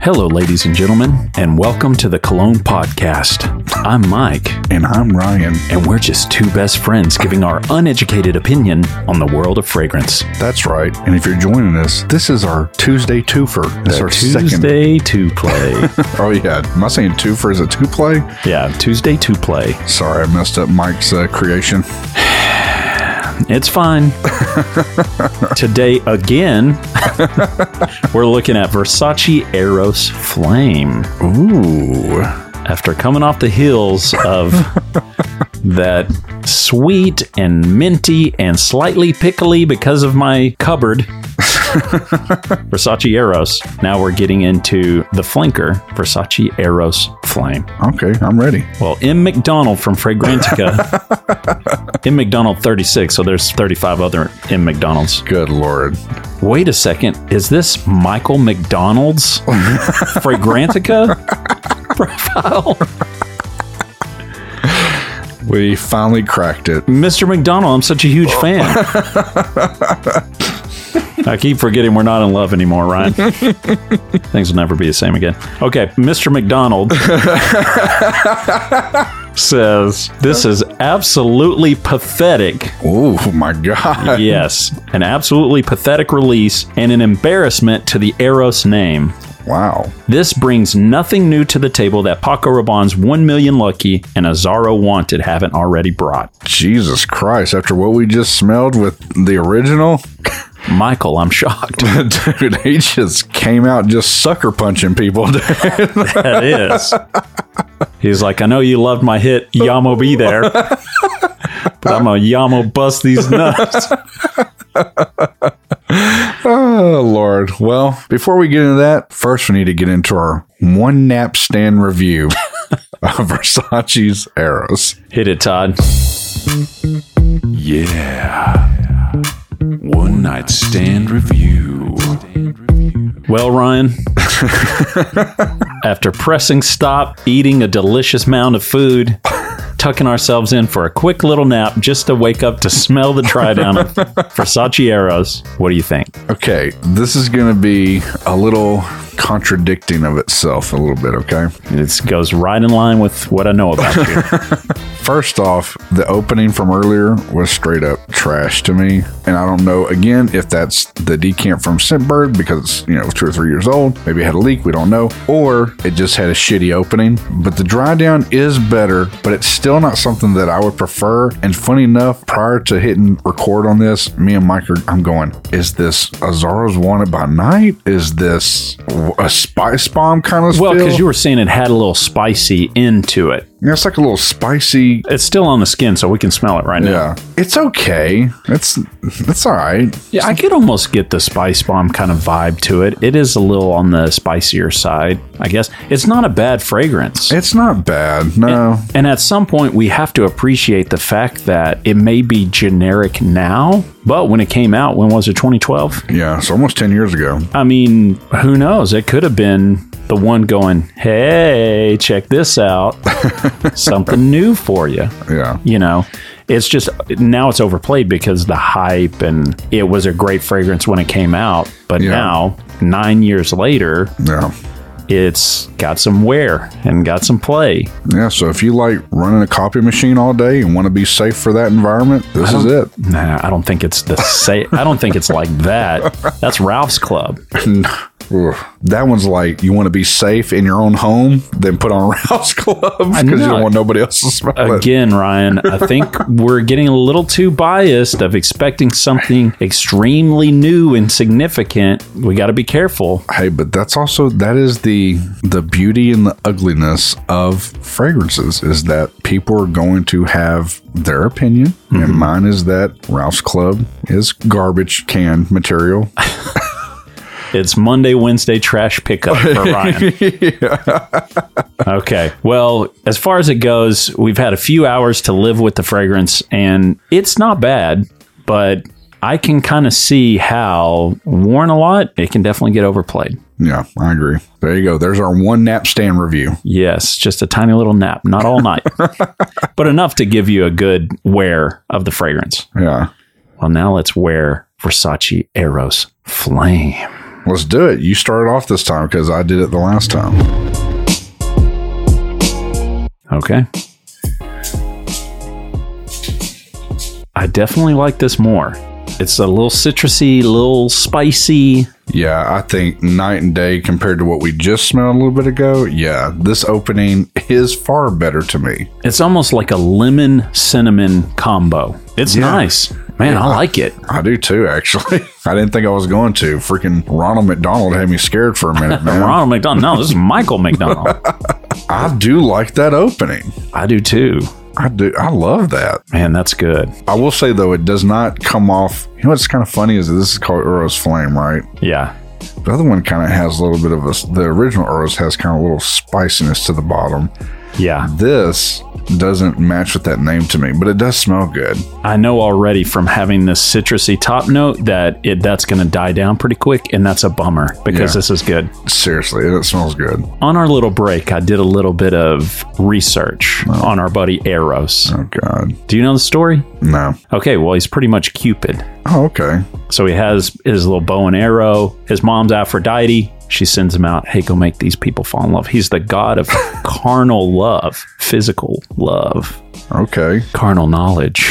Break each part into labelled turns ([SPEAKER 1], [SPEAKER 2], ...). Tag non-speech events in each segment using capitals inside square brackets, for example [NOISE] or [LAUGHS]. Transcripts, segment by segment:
[SPEAKER 1] Hello, ladies and gentlemen, and welcome to the Cologne Podcast. I'm Mike,
[SPEAKER 2] And I'm Ryan.
[SPEAKER 1] and we're just two best friends giving our uneducated opinion on the world of fragrance.
[SPEAKER 2] That's right. And if you're joining us, this is our Tuesday twofer. It's our second.
[SPEAKER 1] Tuesday to play.
[SPEAKER 2] [LAUGHS] Oh, yeah. Am I saying twofer? Is it two play?
[SPEAKER 1] yeah, Tuesday to play.
[SPEAKER 2] Sorry, I messed up Mike's uh, creation.
[SPEAKER 1] It's
[SPEAKER 2] [LAUGHS]
[SPEAKER 1] fine. Today, again, we're looking at Versace Eros Flame.
[SPEAKER 2] Ooh.
[SPEAKER 1] after coming off the heels of that sweet and minty and slightly pickly because of my cupboard Versace Eros. Now we're getting into the flanker Versace Eros Flame.
[SPEAKER 2] Okay, I'm ready.
[SPEAKER 1] Well, M. McDonald from Fragrantica, M. McDonald 36, so there's 35 other M. McDonalds.
[SPEAKER 2] Good Lord.
[SPEAKER 1] Wait a second. Is this Michael McDonald's Fragrantica profile?
[SPEAKER 2] We finally cracked it.
[SPEAKER 1] Mr. McDonald, I'm such a huge fan. I keep forgetting we're not in love anymore, Ryan. Things will never be the same again. Okay, Mr. McDonald says, This is absolutely pathetic.
[SPEAKER 2] Oh, my God.
[SPEAKER 1] Yes, an absolutely pathetic release and an embarrassment to the Eros name.
[SPEAKER 2] Wow.
[SPEAKER 1] This brings nothing new to the table that Paco Rabanne's 1 Million Lucky and Azaro Wanted haven't already brought.
[SPEAKER 2] Jesus Christ. After what we just smelled with the original, [LAUGHS]
[SPEAKER 1] Michael, I'm shocked.
[SPEAKER 2] dude, he just came out just sucker punching people.
[SPEAKER 1] that is. He's like, I know you loved my hit Yamo Be There, but I'm going to Yamo bust these nuts. [LAUGHS]
[SPEAKER 2] Oh, Lord. Well, before we get into that, first we need to get into our one nap stand review [LAUGHS] of Versace's Arrows.
[SPEAKER 1] Hit it, Todd.
[SPEAKER 3] Yeah. One night stand review.
[SPEAKER 1] Well, Ryan, [LAUGHS] after pressing stop, eating a delicious mound of food, tucking ourselves in for a quick little nap just to wake up to smell the dry
[SPEAKER 3] [LAUGHS]
[SPEAKER 1] down of Versace Eros, what do you think?
[SPEAKER 2] Okay, this is going to be a little contradicting of itself a little bit, okay?
[SPEAKER 1] This goes right in line with what I know about you.
[SPEAKER 2] First off, the opening from earlier was straight up trash to me. And I don't know, again, if that's the decant from Scentbird because it's, you know, two or three years old. Maybe it had a leak, we don't know. Or it just had a shitty opening. But the dry down is better, but it's still not something that I would prefer. And funny enough, prior to hitting record on this, me and Mike are, I'm going, is this Azara's Wanted by Night? Is this a spice bomb kind of
[SPEAKER 1] [LAUGHS] Well,
[SPEAKER 2] feel?
[SPEAKER 1] because you were saying it had a little spicy into it.
[SPEAKER 2] Yeah, it's like a little spicy
[SPEAKER 1] It's still on the skin, so we can smell it right now.
[SPEAKER 2] Yeah, it's okay. It's it's all right.
[SPEAKER 1] Yeah, I could almost get the spice bomb kind of vibe to it. It is a little on the spicier side, I guess. It's not a bad fragrance.
[SPEAKER 2] It's not bad. No,
[SPEAKER 1] and at some point, we have to appreciate the fact that it may be generic now, but when it came out, when was it, 2012?
[SPEAKER 2] yeah, it's almost ten years ago.
[SPEAKER 1] I mean, who knows? It could have been the one going, hey, check this
[SPEAKER 2] [LAUGHS]
[SPEAKER 1] out. Something new for you.
[SPEAKER 2] Yeah,
[SPEAKER 1] you know it's just now it's overplayed because the hype and it was a great fragrance when it came out but
[SPEAKER 2] Yeah.
[SPEAKER 1] now nine years later
[SPEAKER 2] yeah,
[SPEAKER 1] it's got some wear and got some play
[SPEAKER 2] yeah. So if you like running a copy machine all day and want to be safe for that environment, this is it.
[SPEAKER 1] nah i don't think it's the same i don't think it's like
[SPEAKER 2] [LAUGHS]
[SPEAKER 1] that that's ralph's club [LAUGHS]
[SPEAKER 2] Ugh. That one's like you want to be safe in your own home, then put on [LAUGHS] Rouse Club because you
[SPEAKER 1] know.
[SPEAKER 2] don't want nobody else to smell it.
[SPEAKER 1] again ryan i think we're getting a little too biased of expecting something extremely new and significant we got to be careful
[SPEAKER 2] Hey, but that's also that is the the beauty and the ugliness of fragrances is that people are going to have their opinion, and mine is that Ralph's Club is garbage can material.
[SPEAKER 1] It's Monday, Wednesday trash pickup for Ryan. Okay. Well, as far as it goes, we've had a few hours to live with the fragrance, and it's not bad, but I can kind of see how worn a lot, it can definitely get overplayed.
[SPEAKER 2] yeah, I agree. There you go. There's our one nap stand review.
[SPEAKER 1] Yes, just a tiny little nap, not all
[SPEAKER 2] [LAUGHS]
[SPEAKER 1] night, but enough to give you a good wear of the fragrance.
[SPEAKER 2] Yeah.
[SPEAKER 1] Well, now let's wear Versace Eros Flame.
[SPEAKER 2] Let's do it. You started off this time because I did it the last time.
[SPEAKER 1] Okay. I definitely like this more. It's a little citrusy, little spicy.
[SPEAKER 2] Yeah, I think night and day compared to what we just smelled a little bit ago. Yeah, this opening is far better to me.
[SPEAKER 1] It's almost like a lemon cinnamon combo. It's
[SPEAKER 2] Yeah.
[SPEAKER 1] nice. Man, I like it.
[SPEAKER 2] I do too, actually. [LAUGHS] I didn't think I was going to. Freaking Ronald McDonald had me scared for a minute, man.
[SPEAKER 1] Ronald McDonald. No, this is Michael McDonald.
[SPEAKER 2] [LAUGHS] I do like that opening.
[SPEAKER 1] I do too.
[SPEAKER 2] I do. I love that.
[SPEAKER 1] Man, that's good.
[SPEAKER 2] I will say though, it does not come off. You know what's kind of funny is that this is called Eros Flame, right?
[SPEAKER 1] Yeah.
[SPEAKER 2] The other one kind of has a little bit of a. The original Eros has kind of a little spiciness to the bottom.
[SPEAKER 1] Yeah.
[SPEAKER 2] This doesn't match with that name to me, but it does smell good.
[SPEAKER 1] I know already from having this citrusy top note that it that's going to die down pretty quick and that's a bummer because
[SPEAKER 2] Yeah.
[SPEAKER 1] this is good.
[SPEAKER 2] Seriously, it smells good.
[SPEAKER 1] On our little break, I did a little bit of research on our buddy Eros.
[SPEAKER 2] Oh God,
[SPEAKER 1] Do you know the story?
[SPEAKER 2] no.
[SPEAKER 1] Okay, well, he's pretty much Cupid.
[SPEAKER 2] Oh okay.
[SPEAKER 1] So he has his little bow and arrow. His mom's Aphrodite. She sends him out, hey, go make these people fall in love. He's the god of carnal love, physical love,
[SPEAKER 2] Okay.
[SPEAKER 1] carnal knowledge.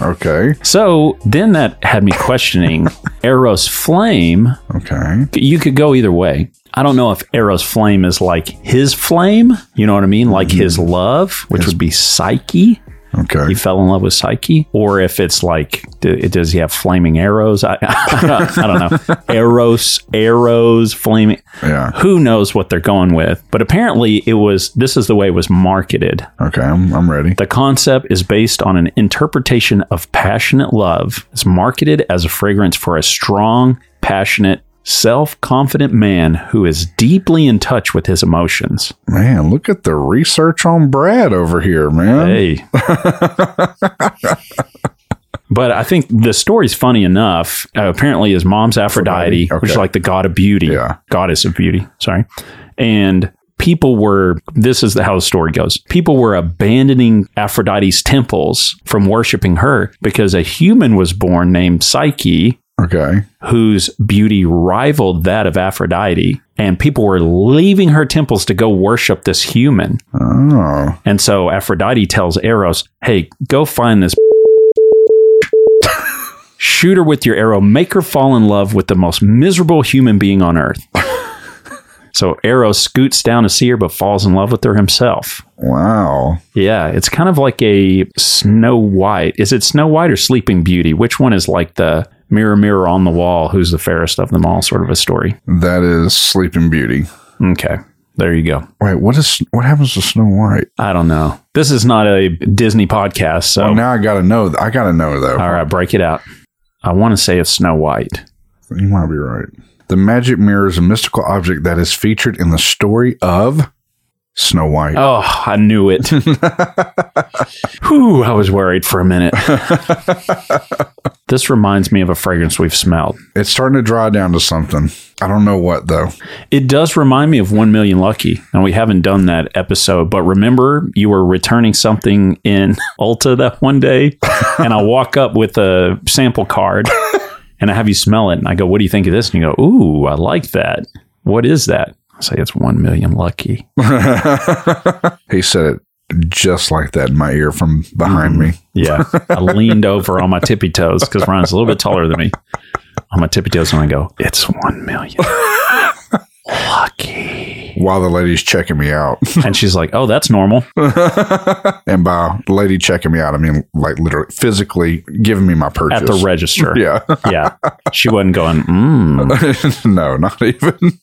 [SPEAKER 2] Okay.
[SPEAKER 1] So then that had me questioning Eros Flame.
[SPEAKER 2] Okay.
[SPEAKER 1] You could go either way. I don't know if Eros Flame is like his flame, you know what I mean? Like his love, which would be Psyche.
[SPEAKER 2] Okay.
[SPEAKER 1] He fell in love with Psyche, or if it's like, d- does he have flaming arrows? I, [LAUGHS] I don't know. Eros, arrows, flaming.
[SPEAKER 2] Yeah.
[SPEAKER 1] Who knows what they're going with? But apparently, it was this is the way it was marketed.
[SPEAKER 2] Okay. I'm, I'm ready.
[SPEAKER 1] The concept is based on an interpretation of passionate love. It's marketed as a fragrance for a strong, passionate, self confident man who is deeply in touch with his emotions.
[SPEAKER 2] Man, look at the research on Brad over here, man.
[SPEAKER 1] Hey.
[SPEAKER 2] [LAUGHS]
[SPEAKER 1] but I think the story's funny enough. Uh, apparently, his mom's Aphrodite,
[SPEAKER 2] Aphrodite,
[SPEAKER 1] which is
[SPEAKER 2] okay.
[SPEAKER 1] like the god of beauty,
[SPEAKER 2] Yeah.
[SPEAKER 1] goddess of beauty, sorry. And people were, this is how the story goes people were abandoning Aphrodite's temples from worshiping her because a human was born named Psyche.
[SPEAKER 2] Okay.
[SPEAKER 1] Whose beauty rivaled that of Aphrodite, and people were leaving her temples to go worship this human.
[SPEAKER 2] Oh.
[SPEAKER 1] And so Aphrodite tells Eros, hey, go find this. [LAUGHS] Shoot her with your arrow, make her fall in love with the most miserable human being on earth. so Eros scoots down to see her, but falls in love with her himself.
[SPEAKER 2] Wow.
[SPEAKER 1] Yeah, it's kind of like a Snow White. Is it Snow White or Sleeping Beauty? Which one is like the mirror, mirror on the wall, who's the fairest of them all sort of a story?
[SPEAKER 2] That is Sleeping Beauty.
[SPEAKER 1] Okay, there you go.
[SPEAKER 2] Wait, what is what happens to Snow White?
[SPEAKER 1] I don't know. This is not a Disney podcast, so.
[SPEAKER 2] Well, now I gotta know. I gotta know though.
[SPEAKER 1] All right, break it out. I want to say it's Snow White.
[SPEAKER 2] You might be right. The magic mirror is a mystical object that is featured in the story of Snow White.
[SPEAKER 1] Oh, I knew it. [LAUGHS] Whew, I was worried for a [LAUGHS] minute. this reminds me of a fragrance we've smelled.
[SPEAKER 2] It's starting to dry down to something. I don't know what though. [LAUGHS]
[SPEAKER 1] It does remind me of 1 Million Lucky, and we haven't done that episode. But remember, you were returning something in [LAUGHS] Ulta that one [LAUGHS] day, and I walk up with a sample [LAUGHS] card and I have you smell it. And I go, What do you think of this? And you go, Ooh, I like that. What is that? I say, It's 1 Million Lucky.
[SPEAKER 2] He said it just like that in my ear from behind
[SPEAKER 1] Hmm.
[SPEAKER 2] me.
[SPEAKER 1] Yeah. I leaned over on my tippy toes because Ryan's a little bit taller than me. On my tippy toes, and I go, it's one million. Lucky.
[SPEAKER 2] While the lady's checking me out.
[SPEAKER 1] And she's like, oh, that's normal.
[SPEAKER 2] and by lady checking me out, I mean like literally physically giving me my purchase.
[SPEAKER 1] At the register.
[SPEAKER 2] yeah.
[SPEAKER 1] Yeah. She wasn't going, mm,
[SPEAKER 2] [LAUGHS] no, not even.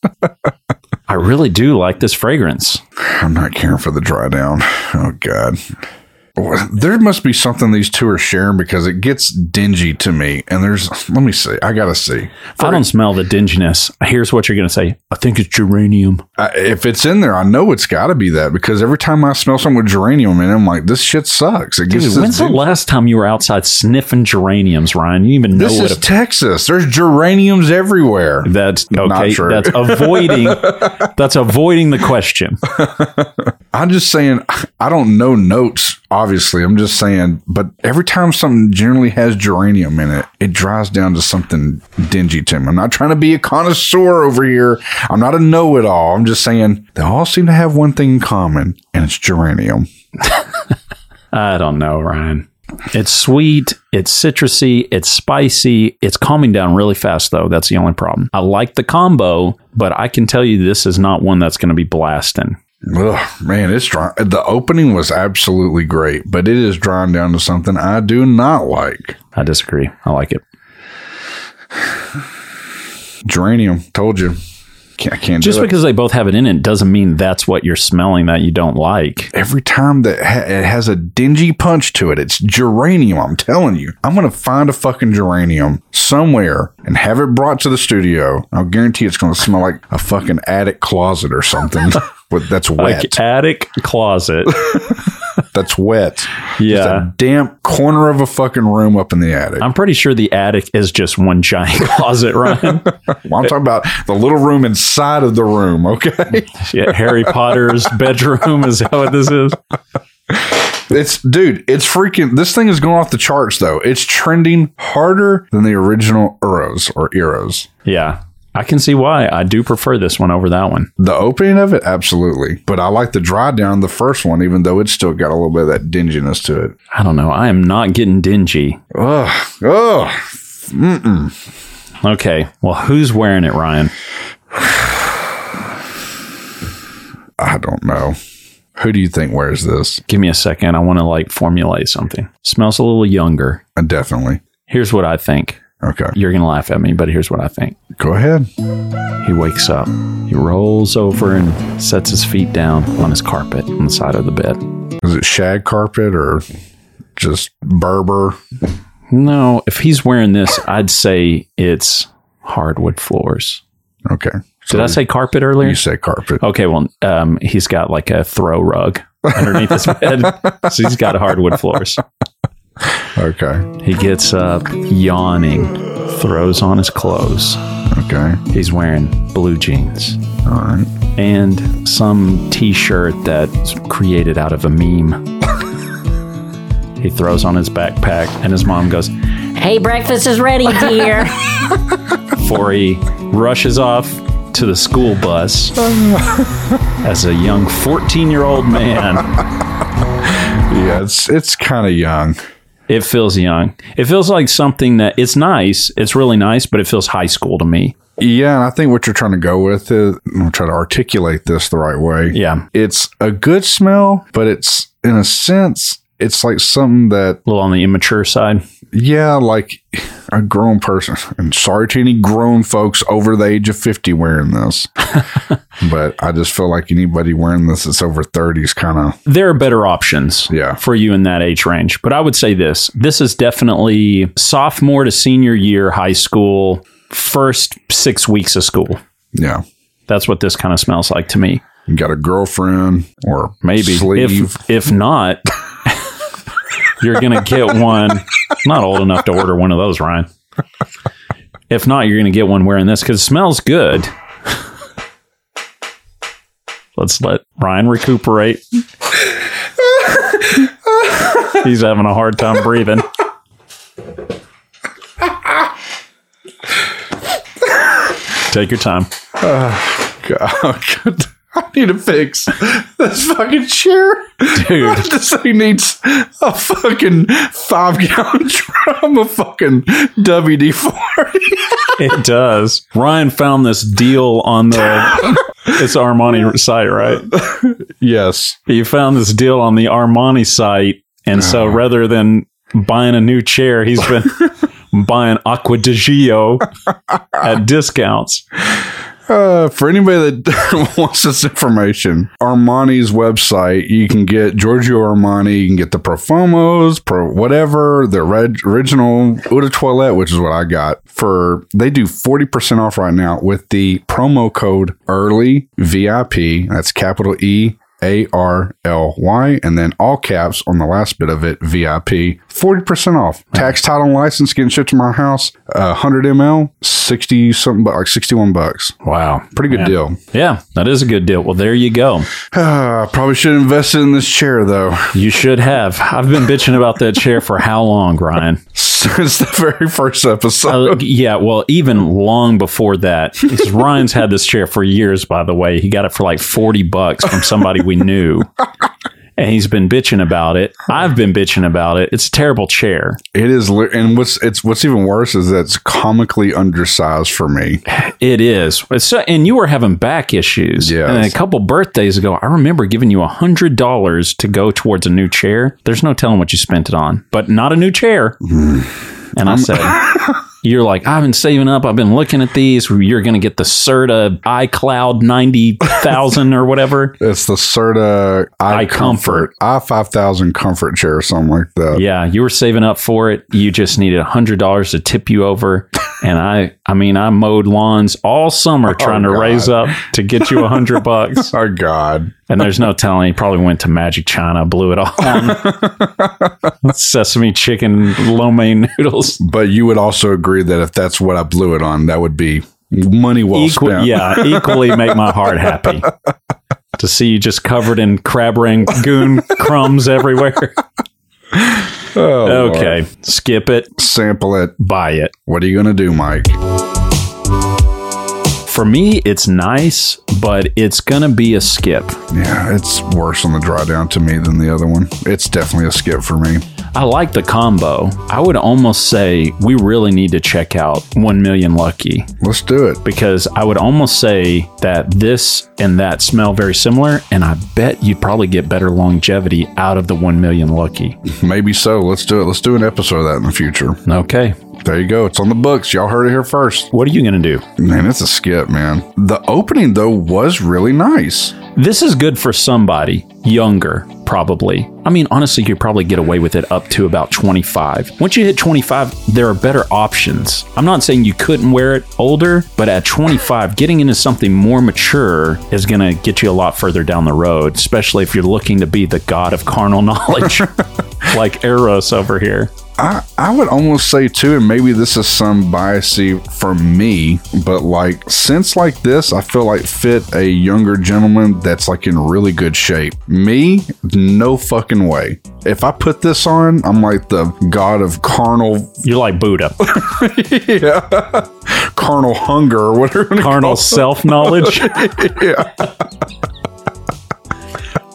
[SPEAKER 1] I really do like this fragrance.
[SPEAKER 2] I'm not caring for the dry down. Oh God. There must be something these two are sharing because it gets dingy to me. And there's, let me see. I gotta see
[SPEAKER 1] I don't smell the dinginess. Here's what you're going to say I think it's geranium.
[SPEAKER 2] I, if it's in there. I know it's got to be that because every time I smell something with geranium in, it, I'm like, this shit sucks. It gets
[SPEAKER 1] Dude,
[SPEAKER 2] this
[SPEAKER 1] when's the
[SPEAKER 2] din-
[SPEAKER 1] last time you were outside sniffing geraniums, Ryan? You even know
[SPEAKER 2] This
[SPEAKER 1] what
[SPEAKER 2] is
[SPEAKER 1] a
[SPEAKER 2] Texas. There's geraniums everywhere.
[SPEAKER 1] that's
[SPEAKER 2] Not
[SPEAKER 1] okay.
[SPEAKER 2] true.
[SPEAKER 1] That's avoiding that's avoiding the question.
[SPEAKER 2] I'm just saying, I don't know notes, obviously. I'm just saying, but every time something generally has geranium in it, it dries down to something dingy to me. I'm not trying to be a connoisseur over here. I'm not a know it all. I'm just saying they all seem to have one thing in common, and it's geranium.
[SPEAKER 1] I don't know, Ryan. It's sweet, it's citrusy, it's spicy, it's calming down really fast, though. That's the only problem. I like the combo, but I can tell you this is not one that's going to be blasting.
[SPEAKER 2] Ugh, man, it's dry. The opening was absolutely great, but it is drying down to something I do not like.
[SPEAKER 1] I disagree. I like it.
[SPEAKER 2] Geranium, told you. Can't, I can't
[SPEAKER 1] Just
[SPEAKER 2] do it.
[SPEAKER 1] because they both have it in it doesn't mean that's what you're smelling that you don't like.
[SPEAKER 2] every time that ha- it has a dingy punch to it, it's geranium. I'm telling you, I'm gonna find a fucking geranium somewhere and have it brought to the studio. I'll guarantee it's gonna smell like a fucking attic closet
[SPEAKER 1] [LAUGHS]
[SPEAKER 2] or something. With, that's wet.
[SPEAKER 1] Like attic closet.
[SPEAKER 2] That's wet. Just
[SPEAKER 1] yeah.
[SPEAKER 2] a damp corner of a fucking room up in the attic.
[SPEAKER 1] I'm pretty sure the attic is just one giant [LAUGHS] closet, Ryan.
[SPEAKER 2] Well, I'm talking about the little room inside of the room. Okay, [LAUGHS]
[SPEAKER 1] yeah, Harry Potter's bedroom is that what this is?
[SPEAKER 2] it's dude. It's freaking. This thing is going off the charts though. It's trending harder than the original Euros or Eros.
[SPEAKER 1] Yeah. I can see why. I do prefer this one over that one.
[SPEAKER 2] The opening of it, absolutely. But I like the dry down the first one, even though it's still got a little bit of that dinginess to it.
[SPEAKER 1] I don't know. I am not getting dingy.
[SPEAKER 2] Ugh. Ugh.
[SPEAKER 1] Okay. Well, who's wearing it, Ryan?
[SPEAKER 2] I don't know. Who do you think wears this?
[SPEAKER 1] Give me a second. I want to like formulate something. Smells a little younger.
[SPEAKER 2] Uh, Definitely.
[SPEAKER 1] Here's what I think.
[SPEAKER 2] Okay.
[SPEAKER 1] You're going to laugh at me, but here's what I think.
[SPEAKER 2] Go ahead.
[SPEAKER 1] He wakes up. He rolls over and sets his feet down on his carpet on the side of the bed.
[SPEAKER 2] Is it shag carpet or just Berber?
[SPEAKER 1] No, if he's wearing this, I'd say it's hardwood floors.
[SPEAKER 2] Okay.
[SPEAKER 1] Did I say carpet earlier?
[SPEAKER 2] You say carpet.
[SPEAKER 1] Okay, well, um, he's got like a throw rug underneath his bed. So he's got hardwood floors.
[SPEAKER 2] Okay.
[SPEAKER 1] He gets up, yawning, throws on his clothes.
[SPEAKER 2] Okay.
[SPEAKER 1] He's wearing blue jeans
[SPEAKER 2] All right.
[SPEAKER 1] and some t shirt that's created out of a meme. [LAUGHS] he throws on his backpack, and his mom goes,
[SPEAKER 4] Hey, breakfast is ready, dear.
[SPEAKER 1] before he rushes off to the school bus as a young 14 year old man.
[SPEAKER 2] Yeah, it's it's kind of young.
[SPEAKER 1] It feels young. It feels like something that it's nice. It's really nice, but it feels high school to me.
[SPEAKER 2] Yeah, and I think what you're trying to go with is I'm gonna try to articulate this the right way.
[SPEAKER 1] Yeah.
[SPEAKER 2] It's a good smell, but it's in a sense, it's like something that
[SPEAKER 1] A little on the immature side.
[SPEAKER 2] yeah, like a grown person. And sorry to any grown folks over the age of fifty
[SPEAKER 1] [LAUGHS]
[SPEAKER 2] wearing this. but I just feel like anybody wearing this that's over thirty is kinda
[SPEAKER 1] There are better options
[SPEAKER 2] Yeah.
[SPEAKER 1] for you in that age range. But I would say this this is definitely sophomore to senior year high school, first six weeks of school.
[SPEAKER 2] yeah.
[SPEAKER 1] That's what this kind of smells like to me.
[SPEAKER 2] You got a girlfriend or
[SPEAKER 1] Maybe
[SPEAKER 2] sleeve. [LAUGHS]
[SPEAKER 1] if if not, [LAUGHS] you're gonna get one. I'm Not old enough to order one of those, Ryan. If not, you're gonna get one wearing this because it smells good. Let's let Ryan recuperate. He's having a hard time breathing. Take your time.
[SPEAKER 2] God, God, Oh, [LAUGHS] I need a fix. This fucking chair, dude. [LAUGHS] this thing needs a fucking five gallon [LAUGHS] drum of fucking WD forty.
[SPEAKER 1] It does. Ryan found this deal on the it's Armani site, right?
[SPEAKER 2] Yes,
[SPEAKER 1] He found this deal on the Armani site, and so rather than buying a new chair, he's been buying Aqua di Gio at discounts.
[SPEAKER 2] uh, for anybody that [LAUGHS] wants this information, Armani's website. You can get Giorgio Armani. You can get the Profomos, Pro whatever the red, original Eau de Toilette, which is what I got for. They do forty percent off right now with the promo code early VIP. That's capital E A R L Y, and then all caps on the last bit of it, VIP. 40% off. Tax, title, and license getting shipped to my house. Uh, 100 ml, sixty something, bu- like sixty one bucks.
[SPEAKER 1] Wow.
[SPEAKER 2] Pretty good deal. [SIGHS]
[SPEAKER 1] Yeah, that is a good deal. Well, there you go.
[SPEAKER 2] Ah, I probably should invest in this chair though. [LAUGHS]
[SPEAKER 1] You should have. I've been bitching about that chair for how long, Ryan?
[SPEAKER 2] Since the very first [LAUGHS] episode,
[SPEAKER 1] Uh, [LAUGHS] yeah, well, even long before that, 'cause Ryan's had this chair for years. By the way, he got it for like forty bucks from somebody we knew, and he's been bitching about it. I've been bitching about it. It's a terrible chair.
[SPEAKER 2] it is. li- And what's it's what's even worse is that it's comically undersized for me.
[SPEAKER 1] It is. So, and you were having back issues.
[SPEAKER 2] Yes.
[SPEAKER 1] And a couple birthdays ago, I remember giving you hundred dollars to go towards a new chair. There's no telling what you spent it on, but not a new chair.
[SPEAKER 2] Hmm.
[SPEAKER 1] and I said,
[SPEAKER 2] [LAUGHS]
[SPEAKER 1] "You're like I've been saving up. I've been looking at these. You're going to get the Serta iCloud ninety thousand or
[SPEAKER 2] [LAUGHS]
[SPEAKER 1] whatever."
[SPEAKER 2] It's the Serta I,
[SPEAKER 1] I
[SPEAKER 2] Comfort
[SPEAKER 1] Comfort.
[SPEAKER 2] I five thousand comfort chair or something like that.
[SPEAKER 1] Yeah, you were saving up for it. You just needed hundred dollars to tip you over, and I, I mean, I mowed lawns all
[SPEAKER 2] [LAUGHS]
[SPEAKER 1] summer trying to
[SPEAKER 2] Oh, God.
[SPEAKER 1] raise up to get you a hundred bucks.
[SPEAKER 2] Oh God.
[SPEAKER 1] And there's no telling. He probably went to Magic China, blew it all on [LAUGHS] sesame chicken, lo mein noodles.
[SPEAKER 2] But you would also agree that if that's what I blew it on, that would be money well
[SPEAKER 1] Equal-
[SPEAKER 2] spent.
[SPEAKER 1] yeah, equally make my heart happy to see you just covered in crab rangoon crumbs everywhere.
[SPEAKER 2] Oh,
[SPEAKER 1] Okay, skip it,
[SPEAKER 2] Sample it.
[SPEAKER 1] buy it.
[SPEAKER 2] What are you gonna do, Mike?
[SPEAKER 1] For me, it's nice, but it's gonna be a skip.
[SPEAKER 2] Yeah, it's worse on the drawdown to me than the other one. It's definitely a skip for me.
[SPEAKER 1] I like the combo. I would almost say we really need to check out One Million Lucky.
[SPEAKER 2] Let's do it.
[SPEAKER 1] because I would almost say that this and that smell very similar, and I bet you'd probably get better longevity out of the 1 million lucky.
[SPEAKER 2] Maybe so. Let's do it. Let's do an episode of that in the future.
[SPEAKER 1] Okay.
[SPEAKER 2] There you go. It's on the books. Y'all heard it here first.
[SPEAKER 1] What are you going to do?
[SPEAKER 2] Man, it's a skip, man. The opening though was really nice.
[SPEAKER 1] This is good for somebody younger, probably. I mean, honestly, you could probably get away with it up to about 25. Once you hit 25, there are better options. I'm not saying you couldn't wear it older, but at 25, getting into something more mature is going to get you a lot further down the road, especially if you're looking to be the god of carnal [LAUGHS] knowledge. Like Eros over here.
[SPEAKER 2] I, I would almost say too, and maybe this is some biasy from me, but like since like this, I feel like fit a younger gentleman that's like in really good shape. Me, no fucking way. If I put this on, I'm like the god of carnal
[SPEAKER 1] You're like Buddha.
[SPEAKER 2] carnal hunger or whatever. [LAUGHS]
[SPEAKER 1] Carnal self knowledge. [LAUGHS]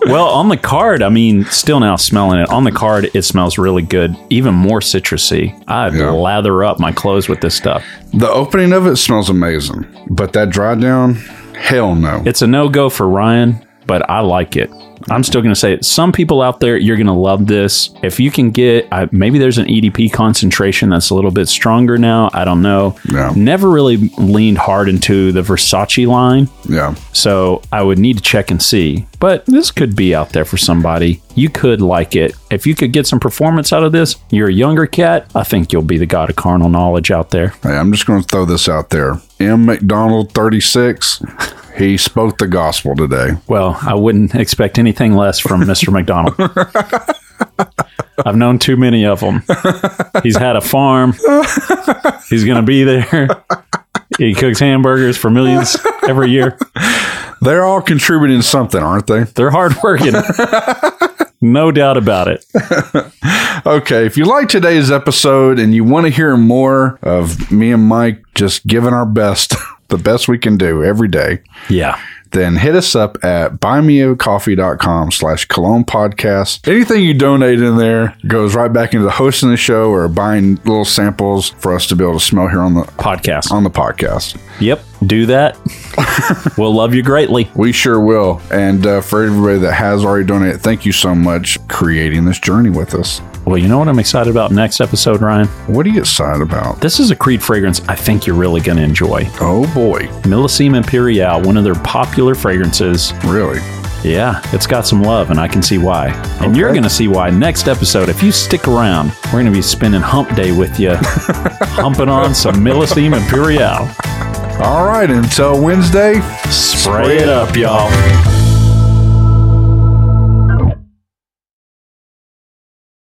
[SPEAKER 1] Well, on the card, I mean, still now smelling it. On the card, it smells really good, even more citrusy. I lather up my clothes with this stuff.
[SPEAKER 2] The opening of it smells amazing, but that dry down, hell no.
[SPEAKER 1] It's a no go for Ryan, but I like it. I'm still going to say it. Some people out there, you're going to love this. If you can get, I, maybe there's an EDP concentration that's a little bit stronger now. I don't know.
[SPEAKER 2] Yeah.
[SPEAKER 1] Never really leaned hard into the Versace line.
[SPEAKER 2] yeah.
[SPEAKER 1] So I would need to check and see. But this could be out there for somebody. You could like it. If you could get some performance out of this, you're a younger cat. I think you'll be the god of carnal knowledge out there.
[SPEAKER 2] Hey, I'm just going to throw this out there. M. McDonald, 36, he spoke the gospel today.
[SPEAKER 1] Well, I wouldn't [LAUGHS] expect anything less from Mr. McDonald. I've known too many of them. He's had a farm. He's going to be there. He cooks hamburgers for millions every year.
[SPEAKER 2] They're all contributing something, aren't they?
[SPEAKER 1] They're hardworking. No doubt about it.
[SPEAKER 2] Okay, if you like today's episode and you want to hear more of me and Mike just giving our best, [LAUGHS] the best we can do every day,
[SPEAKER 1] Yeah.
[SPEAKER 2] then hit us up at buymeacoffee.com slash cologne podcast. Anything you donate in there goes right back into hosting the show or buying little samples for us to be able to smell here on the
[SPEAKER 1] Podcast.
[SPEAKER 2] on the podcast.
[SPEAKER 1] Yep, do that. we'll love you greatly.
[SPEAKER 2] We sure will. And uh, for everybody that has already donated, thank you so much for creating this journey with us.
[SPEAKER 1] Well, you know what I'm excited about next episode, Ryan?
[SPEAKER 2] What are you excited about?
[SPEAKER 1] This is a Creed fragrance I think you're really going to enjoy.
[SPEAKER 2] Oh boy,
[SPEAKER 1] Millicime Imperial, one of their popular fragrances.
[SPEAKER 2] really?
[SPEAKER 1] Yeah, it's got some love, and I can see why. And you're
[SPEAKER 2] Okay.
[SPEAKER 1] going to see why next episode. If you stick around, we're going to be spending hump day with you, humping on some Millicime Imperial.
[SPEAKER 2] All right, until Wednesday.
[SPEAKER 1] Spray it up, y'all.